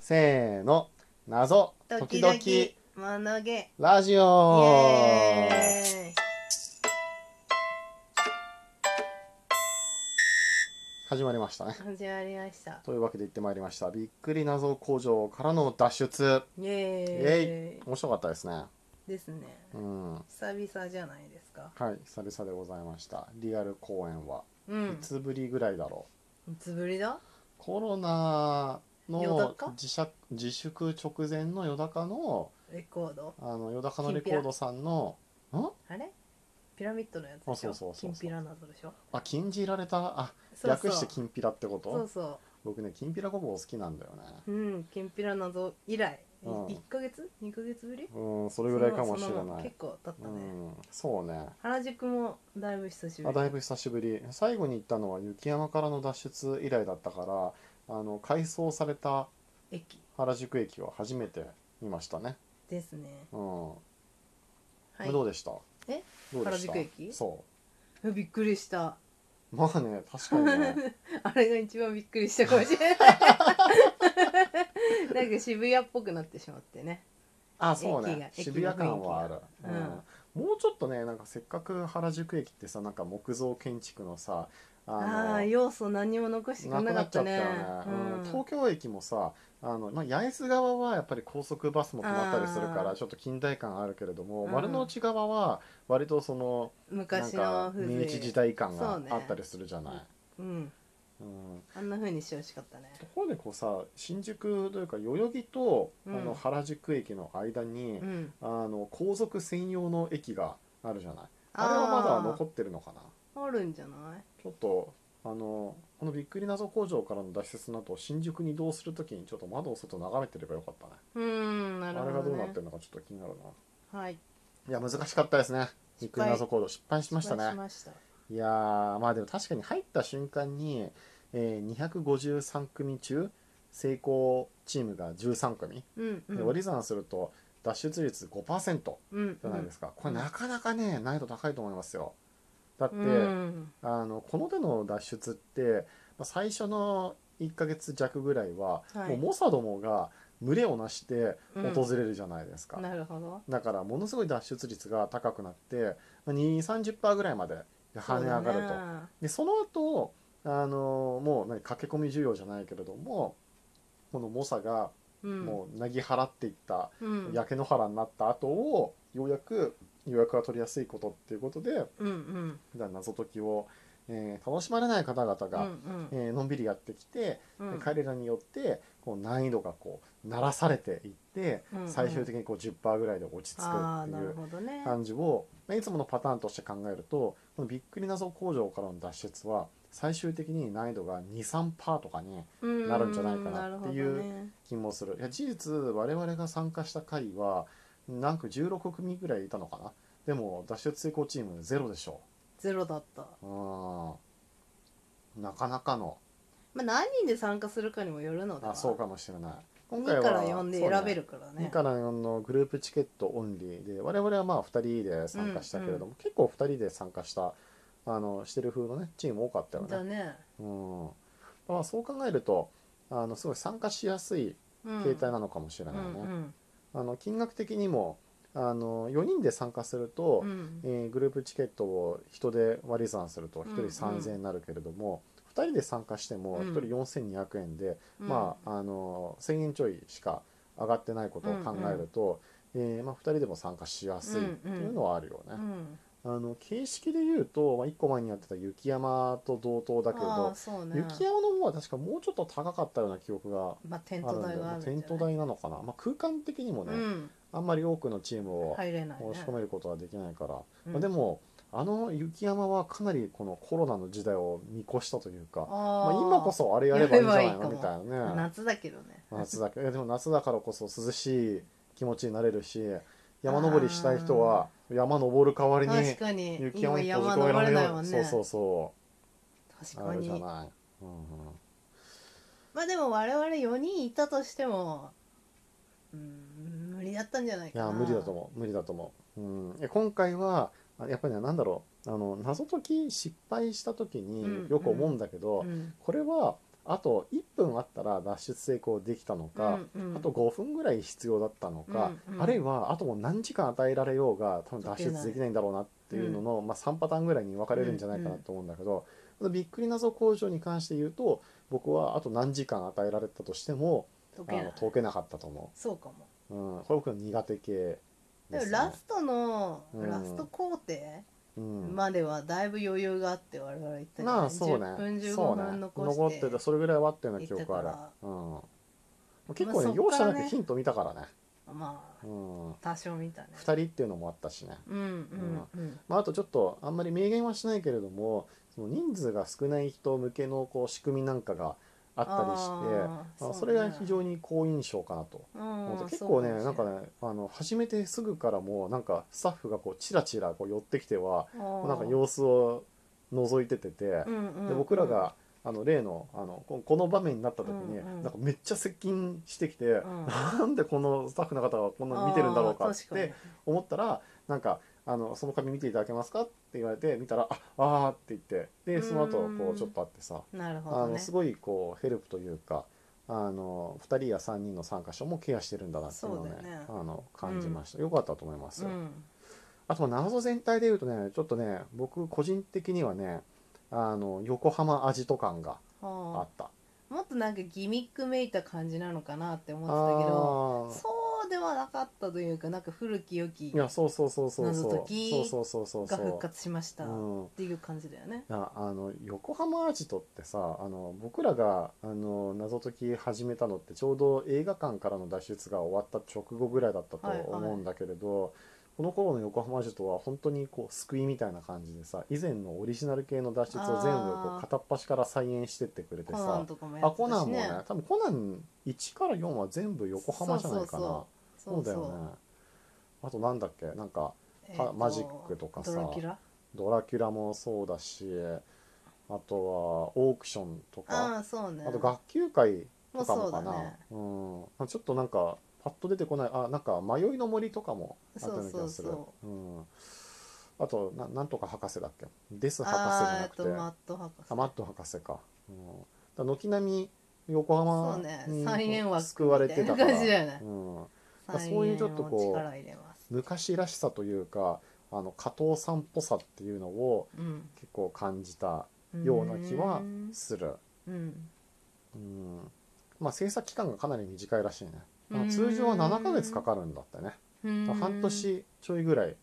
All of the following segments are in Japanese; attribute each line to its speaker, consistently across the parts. Speaker 1: せーの謎時々
Speaker 2: 々物毛イエ
Speaker 1: ラジオ
Speaker 2: ーイ
Speaker 1: 始まりましたね
Speaker 2: 始まりました
Speaker 1: というわけで行ってまいりましたびっくり謎工場からの脱出
Speaker 2: イエーイ
Speaker 1: 面白かったですね
Speaker 2: ですね
Speaker 1: うんは
Speaker 2: 久々じゃないですか
Speaker 1: い久々でございましたリアル公演は
Speaker 2: う
Speaker 1: い
Speaker 2: ん
Speaker 1: つぶりぐらいだろ
Speaker 2: いつぶりだ
Speaker 1: うコロナの
Speaker 2: 夜中
Speaker 1: 自粛自粛直前のよだかの
Speaker 2: レコード
Speaker 1: あのよだかのレコードさんのん
Speaker 2: あれピラミッドのやつでし
Speaker 1: あそうそう
Speaker 2: ょ
Speaker 1: そうそう
Speaker 2: 金ピラなどでしょ
Speaker 1: あ禁じられたあ
Speaker 2: そうそ
Speaker 1: 略
Speaker 2: う
Speaker 1: して金ピラってこと
Speaker 2: そうそ
Speaker 1: 僕ね金ピラごぼう好きなんだよね
Speaker 2: ううん金ピラなど以来い
Speaker 1: うん
Speaker 2: 一ヶ月二ヶ月ぶり
Speaker 1: うんそれぐらいかもしれ
Speaker 2: そんも
Speaker 1: なんい
Speaker 2: 結構経っ
Speaker 1: う
Speaker 2: たね
Speaker 1: んそうね
Speaker 2: 原宿もだいぶ久しぶ
Speaker 1: あ
Speaker 2: り
Speaker 1: だいぶ久しぶり最後に行ったのは雪山からの脱出以来だったからあの改装された
Speaker 2: 駅
Speaker 1: 原宿駅は初めて見ましたね
Speaker 2: ですね
Speaker 1: うん、
Speaker 2: はい
Speaker 1: どうでした
Speaker 2: え
Speaker 1: どうでした
Speaker 2: 原宿駅
Speaker 1: そ
Speaker 2: うんびっくりした
Speaker 1: うまあね確かにね
Speaker 2: あれが一番びっくりしたかもしれないなんか渋谷っぽくなってしまってね
Speaker 1: あそうね
Speaker 2: 駅が
Speaker 1: 渋谷感はある、
Speaker 2: 駅の雰囲気が
Speaker 1: もうちょっとねなんかせっかく原宿駅ってさなんか木造建築のさあ
Speaker 2: ああー要素何にも残してく
Speaker 1: な
Speaker 2: れ
Speaker 1: く
Speaker 2: なか
Speaker 1: な
Speaker 2: っ
Speaker 1: っちゃ
Speaker 2: た
Speaker 1: ったよね、
Speaker 2: ね
Speaker 1: うん東京駅もさあの、まあ、八重洲側はやっぱり高速バスも止まったりするか
Speaker 2: あ
Speaker 1: ら
Speaker 2: ー
Speaker 1: ちょっと近代感あるけれども、
Speaker 2: うん
Speaker 1: 丸の内側は割とその
Speaker 2: うん
Speaker 1: なん
Speaker 2: 昔
Speaker 1: か
Speaker 2: の風
Speaker 1: 明
Speaker 2: 情
Speaker 1: 治時代感
Speaker 2: そ
Speaker 1: が
Speaker 2: うね
Speaker 1: あったりするじゃない。
Speaker 2: うん
Speaker 1: うん
Speaker 2: あんな風にしてほしかったね
Speaker 1: ところでこうさ新宿というか代々木と、
Speaker 2: うん
Speaker 1: あの原宿駅の間に、
Speaker 2: うん
Speaker 1: あの皇族専用の駅があるじゃないあ
Speaker 2: ー
Speaker 1: れはまだ残ってるのかな
Speaker 2: あるんじゃない
Speaker 1: ちょっとあのこのびっくり謎工場からの脱出の後新宿に移動するときにちょっと窓を外眺めてればよかったね
Speaker 2: うーんなる
Speaker 1: あ
Speaker 2: ほ
Speaker 1: れ
Speaker 2: ど、
Speaker 1: が
Speaker 2: ね、
Speaker 1: どうなってるのかちょっと気になるな
Speaker 2: はい
Speaker 1: いや難しかったですねびっくり謎工場失敗しました
Speaker 2: 失敗
Speaker 1: ね
Speaker 2: ました
Speaker 1: いやーまあでも確かに入った瞬間に、えー253組中成功チームが13組、
Speaker 2: うんうん
Speaker 1: で割り算すると脱出率5%
Speaker 2: うん
Speaker 1: じゃないですか、これなかなかね難易度高いと思いますよだって、
Speaker 2: うんうん
Speaker 1: あのこの手の脱出って、まあ、最初の1ヶ月弱ぐらいは、
Speaker 2: はい
Speaker 1: もうモサどもが群れをなして
Speaker 2: うん
Speaker 1: 訪れるじゃないですか、
Speaker 2: なるほど
Speaker 1: だからものすごい脱出率が高くなって2 3 0ぐらいまで跳ね上がると
Speaker 2: そうだね
Speaker 1: でその後あのもう何駆け込み需要じゃないけれどもこの猛者が
Speaker 2: うん
Speaker 1: もうなぎ払っていった、
Speaker 2: うん
Speaker 1: 焼け野原になった後をようやく予約が取りやすいことっていうことで
Speaker 2: うんうん
Speaker 1: 普段謎解きを、えー楽しまれない方々
Speaker 2: うん
Speaker 1: が、えーのんびりやってきて、
Speaker 2: うんうん
Speaker 1: 彼らによってこう難易度がこう鳴らされていって、
Speaker 2: うんうん
Speaker 1: 最終的にこう10%ぐらいで落ち着く
Speaker 2: あ
Speaker 1: って
Speaker 2: あないる
Speaker 1: う
Speaker 2: ほどね
Speaker 1: 感じを、まあいつものパターンとして考えるとこのびっくり謎工場からの脱出は最終的に難易度が23%とかにな
Speaker 2: な
Speaker 1: るんじゃないかなっていう気もするいや事実我々が参加した回はなんか16組ぐらいいたのかなでも脱出成功チームゼロでしょ
Speaker 2: ゼロだった、
Speaker 1: うんなかなかの
Speaker 2: まあ、何人で参加するかにもよるので
Speaker 1: あそうかもしれない今
Speaker 2: 2から4で選べるから
Speaker 1: そうね
Speaker 2: ね
Speaker 1: 2から4のグループチケットオンリーで我々はまあ2人で参加したけれども、
Speaker 2: う
Speaker 1: 結構2人で参加したあのしてる風のねチーム多かったよ
Speaker 2: だ
Speaker 1: ね、
Speaker 2: ね、
Speaker 1: うんまあ、そう考えるとあのすごい参加しやすい
Speaker 2: うん、
Speaker 1: 形態なのかもしれないね、
Speaker 2: うん
Speaker 1: あの金額的にもあの4人で参加すると、
Speaker 2: うんうん
Speaker 1: えーグループチケットを人で割り算すると1人
Speaker 2: うんうん
Speaker 1: 3000円になるけれども、2人で参加しても
Speaker 2: うん
Speaker 1: 1人4200円で、
Speaker 2: うん
Speaker 1: まあ、あの1000円ちょいしか上がってないことを考えると、えーまあ、2人でも参加しやすいっていうのはあるよね。
Speaker 2: うん、
Speaker 1: あの形式で言うと、まあ、1個前にやってた雪山と同等だけれ
Speaker 2: ああ
Speaker 1: ど、
Speaker 2: そうね
Speaker 1: 雪山の方は確かもうちょっと高かったような記憶が
Speaker 2: まあテ
Speaker 1: あ
Speaker 2: ン
Speaker 1: る
Speaker 2: ト
Speaker 1: んで
Speaker 2: 代が
Speaker 1: まあ
Speaker 2: あるんじ
Speaker 1: テ
Speaker 2: ゃない
Speaker 1: ント代なのかな、まあ、空間的にもね、
Speaker 2: うん
Speaker 1: あんまり多くのチームを
Speaker 2: 入れないね
Speaker 1: 押し込めることはできないから、
Speaker 2: うん
Speaker 1: まあでもあの雪山はかなりこのコロナの時代を見越したというかま
Speaker 2: あ
Speaker 1: あ、
Speaker 2: ー
Speaker 1: 今こそあれやればいいんじゃない
Speaker 2: やればい
Speaker 1: の
Speaker 2: い
Speaker 1: み
Speaker 2: か
Speaker 1: たいなね
Speaker 2: 夏だけどね
Speaker 1: 夏だけいやでも夏だからこそ涼しい気持ちになれるし山登りしたい人は山登る代わりに
Speaker 2: 確かに
Speaker 1: 雪山
Speaker 2: 今
Speaker 1: に
Speaker 2: 山
Speaker 1: 閉じ込められる
Speaker 2: 登れないもんね
Speaker 1: そうそうそ
Speaker 2: 確
Speaker 1: うあ
Speaker 2: か
Speaker 1: るじゃ
Speaker 2: に
Speaker 1: ない、うんうん
Speaker 2: まあでも我々4人いたとしてもうん無理だったんじゃない
Speaker 1: い
Speaker 2: か
Speaker 1: や
Speaker 2: な
Speaker 1: 無理だと思う無理だと思う、うん、いや今回はあやっぱりねなんだろうあの謎解き失敗した時
Speaker 2: うん
Speaker 1: によく思うんだけど、
Speaker 2: うん
Speaker 1: これはあと1分あったら脱出成功できたのか、
Speaker 2: うんうん
Speaker 1: あと5分ぐらい必要だったのか、
Speaker 2: うんうん
Speaker 1: あるいはあともう何時間与えられようが多分脱出できないんだろうなっていうのの、まあ、3パターンぐらいに分かれるんじゃないかなと思うんだけど、びっくり謎工場に関して言うと僕はあと何時間与えられたとしても
Speaker 2: 解
Speaker 1: あ
Speaker 2: けな
Speaker 1: の
Speaker 2: い
Speaker 1: 解けなかったと思
Speaker 2: そうか
Speaker 1: う、
Speaker 2: も
Speaker 1: うん、これ僕の苦手系
Speaker 2: で
Speaker 1: で
Speaker 2: も
Speaker 1: す、ね、
Speaker 2: ラストの、
Speaker 1: うん
Speaker 2: ラスト工程
Speaker 1: うん
Speaker 2: まではだいぶ余裕があって我々言った
Speaker 1: まあそうね
Speaker 2: 10分
Speaker 1: そ
Speaker 2: 15
Speaker 1: うね
Speaker 2: 分
Speaker 1: 残
Speaker 2: 残
Speaker 1: っ
Speaker 2: してて
Speaker 1: てそれぐらいはあったような記憶ある
Speaker 2: 言ってた、
Speaker 1: うん、結構ね
Speaker 2: まあそっからね
Speaker 1: 容赦なくヒント見たからね、
Speaker 2: ま
Speaker 1: う
Speaker 2: あ
Speaker 1: ん、2
Speaker 2: 多少見たね
Speaker 1: 人っていうのもあったしね、
Speaker 2: うんうんうん
Speaker 1: まあ、あとちょっとあんまり明言はしないけれどもその人数が少ない人向けのこう仕組みなんかがあったりして
Speaker 2: あー
Speaker 1: まあ
Speaker 2: う
Speaker 1: それが非常に好印象かなと思って
Speaker 2: うん
Speaker 1: 結構ね
Speaker 2: そう
Speaker 1: なんか
Speaker 2: もし
Speaker 1: ねあの始めてすぐからもうなんかスタッフがこうチラチラこう寄ってきては
Speaker 2: れない
Speaker 1: なんか様子を覗いててて、
Speaker 2: うんうん
Speaker 1: で僕らが、あの例のあのここの場面になった時に、
Speaker 2: うんうん
Speaker 1: なんかめっちゃ接近してきて、
Speaker 2: ん
Speaker 1: なんでこのスタッフの方がこんなの 見てるんだろうかっ
Speaker 2: あー確
Speaker 1: て思ったらなんかあの「その紙見ていただけますか?」って言われて見たら「ああー」って言ってでその後こ
Speaker 2: うん
Speaker 1: うちょっとあってさ、
Speaker 2: になるほ
Speaker 1: あ
Speaker 2: ど
Speaker 1: の
Speaker 2: ね
Speaker 1: すごいこうヘルプというかあの2人や3人の参加者もケアしてるんだなっていうのをね
Speaker 2: そうだよね
Speaker 1: あの感じました、よかったと思います。
Speaker 2: うん
Speaker 1: あとまあ謎全体で言うとねちょっとね僕個人的にはねあの横浜アジト感があ
Speaker 2: は
Speaker 1: った。
Speaker 2: あもっとなんかギミックめいた感じなのかなって思
Speaker 1: あ
Speaker 2: ってたけど
Speaker 1: ー
Speaker 2: そうではなかったというかなんか古き良き
Speaker 1: いやそうそうそうそうそう
Speaker 2: 謎解き
Speaker 1: そうそうそうそう
Speaker 2: が
Speaker 1: そう
Speaker 2: 復活しましたっ
Speaker 1: うん、い
Speaker 2: ていう感じだよね。
Speaker 1: やあの横浜アジトってさあの僕らがあの謎解き始めたのってちょうど映画館からの脱出が終わった直後ぐらいだったと
Speaker 2: はいはい
Speaker 1: 思うんだけれど、この頃の横浜アジトは本当にこう救いみたいな感じでさ以前のオリジナル系の脱出を全部こ
Speaker 2: あー
Speaker 1: う片っ端から再現してってくれて
Speaker 2: コ
Speaker 1: さ
Speaker 2: ナンとかもや
Speaker 1: あ
Speaker 2: って
Speaker 1: コナ
Speaker 2: た
Speaker 1: ン
Speaker 2: し
Speaker 1: もね
Speaker 2: ね。
Speaker 1: 多分コナン1から4は全部横浜じゃないかなそう
Speaker 2: そう
Speaker 1: だよ
Speaker 2: そう
Speaker 1: ねあとなんだっけなんか
Speaker 2: えーと
Speaker 1: マジックとかさ
Speaker 2: ドラキュラ。
Speaker 1: ドラキュラもそうだしあとはオークションと
Speaker 2: あ
Speaker 1: か
Speaker 2: あそうね。
Speaker 1: あと学級会と
Speaker 2: も
Speaker 1: か
Speaker 2: うそ
Speaker 1: も
Speaker 2: う
Speaker 1: か
Speaker 2: だ
Speaker 1: な
Speaker 2: ね。
Speaker 1: うん、ちょっとなんかパッと出てこないあなんか迷いの森とかもあったような気がする
Speaker 2: そうそう
Speaker 1: うん、あとななんとか博士だっけデス博士じ
Speaker 2: あ
Speaker 1: ゃ
Speaker 2: あ
Speaker 1: なく
Speaker 2: ーえってとマット博士。
Speaker 1: あマット博士か,、うん、だから軒並み横浜
Speaker 2: そうね
Speaker 1: に
Speaker 2: 再現枠
Speaker 1: 救われてたから
Speaker 2: みたいな感じだよね
Speaker 1: うん、
Speaker 2: 再現
Speaker 1: そういうちょっとこう
Speaker 2: を力入れます。
Speaker 1: 昔らしさというかあの加藤さんっぽさっていうのを
Speaker 2: うん。
Speaker 1: 結構感じたような気は
Speaker 2: うん
Speaker 1: する
Speaker 2: うん。
Speaker 1: うんまあ制作期間がかなり短いらしいねあの
Speaker 2: うん
Speaker 1: 通常は7ヶ月かかるんだってね
Speaker 2: うん
Speaker 1: だから半。年ちょいぐらい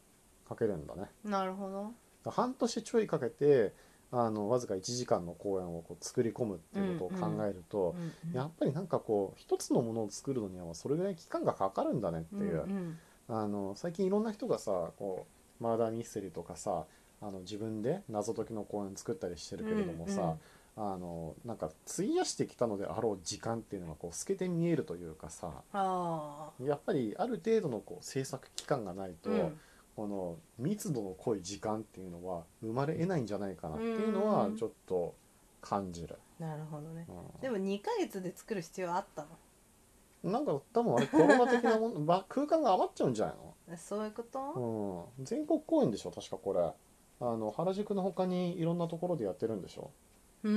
Speaker 1: かけるんだねだか
Speaker 2: なるほど。
Speaker 1: ら半年ちょいかけてあのわずか1時間の公演をこう作り込むっていうことを考えると、
Speaker 2: うんうん
Speaker 1: やっぱりなんかこう一つのものを作るのにはそれぐらい期間がかかるんだねっていう、
Speaker 2: うんうん
Speaker 1: あの最近いろんな人がさこうマーダーミステリーとかさあの自分で謎解きの公演作ったりしてるけれどもさ、あのなんか費やしてきたのであろう時間っていうのがこう透けて見えるというかさ
Speaker 2: あ
Speaker 1: やっぱりある程度のこう制作期間がない
Speaker 2: あ。
Speaker 1: と、この密度の濃い時間っていうのは生まれ得ないんじゃないかなっていうのは
Speaker 2: うん
Speaker 1: ちょっと感じる、
Speaker 2: なるほどね。
Speaker 1: うん
Speaker 2: でも二ヶ月で作る必要あった
Speaker 1: なんか多分あれコロナ的なもの ば空間が余っちゃうんじゃないの
Speaker 2: の？そういうこと？
Speaker 1: うん、全国公演でしょ確かこれあの原宿の他にいろんなところでやってるんでしょ
Speaker 2: うー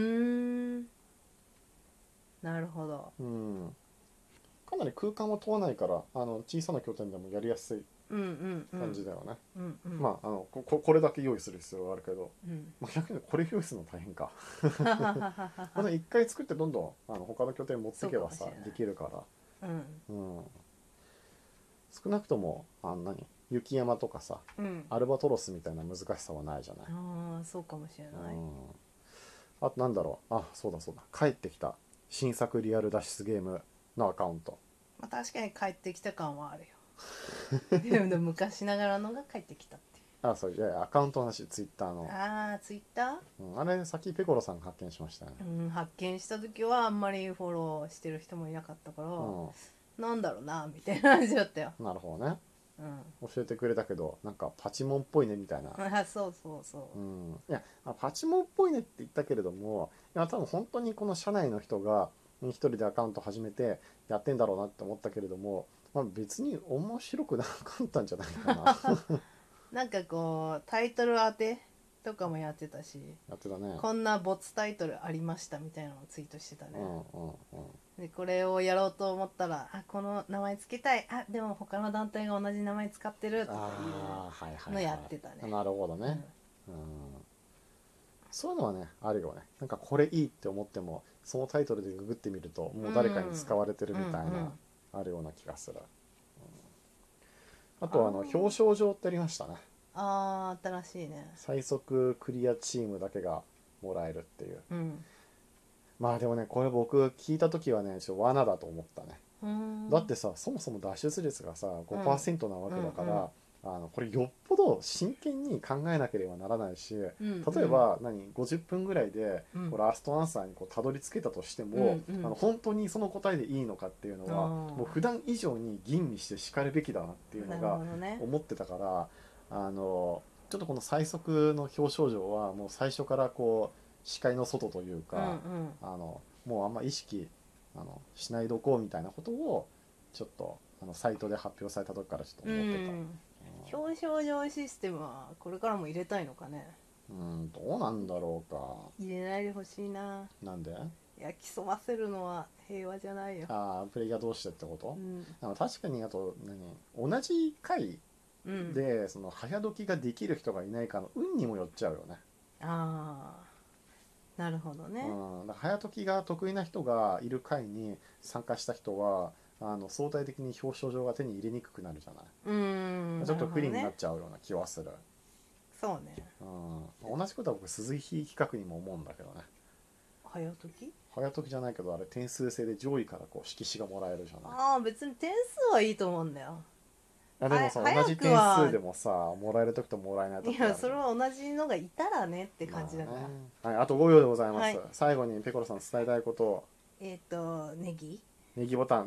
Speaker 2: ん。なるほど。
Speaker 1: うんかなり空間を問わないからあの小さな拠点でもやりやすい
Speaker 2: うんうんうん。
Speaker 1: 感じだよね、
Speaker 2: うんうん。
Speaker 1: まああのこここれだけ用意する必要があるけど、
Speaker 2: うん。
Speaker 1: まあ、逆にこれ用意するの大変か
Speaker 2: う
Speaker 1: この1回作ってどんどんあの他の拠点持っていけば
Speaker 2: そ
Speaker 1: さ
Speaker 2: うかもしれない
Speaker 1: できるから
Speaker 2: ん
Speaker 1: うん少なくともあんなに雪山とかさ
Speaker 2: うん。あ
Speaker 1: アルバトロスみたいな難しさはないじゃない
Speaker 2: あーそうかもしれない。
Speaker 1: うん、あとなんだろうあそうだそうだ帰ってきた新作リアル脱出ゲームのアカウント
Speaker 2: まあ確かに帰ってきた感はあるよ。 でも昔ながらのが帰ってきたってい
Speaker 1: あそういやいやアカウントの話ツイッターの
Speaker 2: う。、ああツイッタ
Speaker 1: うん、あれさっきペコロさんが発見しましたよね
Speaker 2: ー？うん発見した時はあんまりフォローしてる人もいなかったから、
Speaker 1: う
Speaker 2: なんだろうなみたいな感じだったよ。
Speaker 1: んなるほどね
Speaker 2: うん。
Speaker 1: 教えてくれたけどなんかパチモンっぽいねみたいな
Speaker 2: あそうそうそうう。
Speaker 1: んいやあパチモンっぽいねって言ったけれどもいや多分本当にこの社内の人がうん一人でアカウント始めてやってんだろうなって思ったけれども、まあ、別に 面白くなかったんじゃないかな。
Speaker 2: なんかこうタイトル当てとかもやってたし、
Speaker 1: やってたね
Speaker 2: こんな没タイトルありましたみたいなのをツイートしてたね
Speaker 1: う、んうんうん
Speaker 2: でこれをやろうと思ったらあこの名前つけたいあでも他の団体が同じ名前使ってるとか
Speaker 1: ああはい
Speaker 2: い
Speaker 1: はい、
Speaker 2: うの
Speaker 1: はい、
Speaker 2: やってたね、
Speaker 1: なるほど
Speaker 2: うん
Speaker 1: ね、うんそういうのはねあるよねなんかこれいいって思ってもそのタイトルでググってみるともう誰かに使われてるみたいな、
Speaker 2: うんうん
Speaker 1: あるような気がする、うんあとはあの
Speaker 2: あー
Speaker 1: 表彰状ってありましたね
Speaker 2: あー新しいね
Speaker 1: 最速クリアチームだけがもらえるっていう
Speaker 2: うん
Speaker 1: まあでもねこれ僕聞いた時はねちょっと罠だと思ったね
Speaker 2: うーん
Speaker 1: だってさそもそも脱出率がさ5%なわけだか
Speaker 2: うんうん
Speaker 1: ら、あのこれよっぽど真剣に考えなければならないし例
Speaker 2: うん
Speaker 1: えば何50分ぐらいで
Speaker 2: うん
Speaker 1: こうラストアンサーにこうたどり着けたとしても、
Speaker 2: うんうん
Speaker 1: あの本当にその答えでいいのかっていうのは、
Speaker 2: あー
Speaker 1: もう普段以上に吟味してしかるべきだなっていうの
Speaker 2: なる
Speaker 1: が
Speaker 2: ほどね
Speaker 1: 思ってたからあのちょっとこの最速の表彰状はもう最初からこう視界の外というか、
Speaker 2: うんうん
Speaker 1: あのもうあんま意識あのしないどこうみたいなことをちょっとあのサイトで発表された時からちょっと思ってた、
Speaker 2: うん表彰状システムはこれからも入れたいのかね
Speaker 1: うん、うんどうなんだろうか
Speaker 2: 入れないでほしいな
Speaker 1: なんで
Speaker 2: いや競わせるのは平和じゃないよ、
Speaker 1: あープレイヤー同士でってこ
Speaker 2: う
Speaker 1: と、
Speaker 2: ん
Speaker 1: あの確かにあと何同じ回
Speaker 2: うん、
Speaker 1: でその早解きができる人がいないかの運にもよっちゃうよね
Speaker 2: ああなるほどね、
Speaker 1: うん、だから早解きが得意な人がいる会に参加した人はあの相対的に表彰状が手に入れにくくなるじゃない、
Speaker 2: うーん
Speaker 1: ちょっと不利にな
Speaker 2: る
Speaker 1: っ
Speaker 2: ほ
Speaker 1: ちゃうような気はする、
Speaker 2: どねそうね
Speaker 1: うん、同じことは僕鈴木企画にも思うんだけどね
Speaker 2: 早解き
Speaker 1: 早解きじゃないけどあれ点数制で上位からこう色紙がもらえるじゃない
Speaker 2: ああ別に点数はいいと思うんだよ
Speaker 1: あでもさ
Speaker 2: はや
Speaker 1: 同じ点数でもさもらえる時ともらえない
Speaker 2: い
Speaker 1: 時
Speaker 2: やそれは同じのがいたらねって感じだから、
Speaker 1: まあねはい、あと5秒でございます、
Speaker 2: はい
Speaker 1: 最後にペコロさん伝えたいこと
Speaker 2: えっ、とネギ
Speaker 1: 右ボタン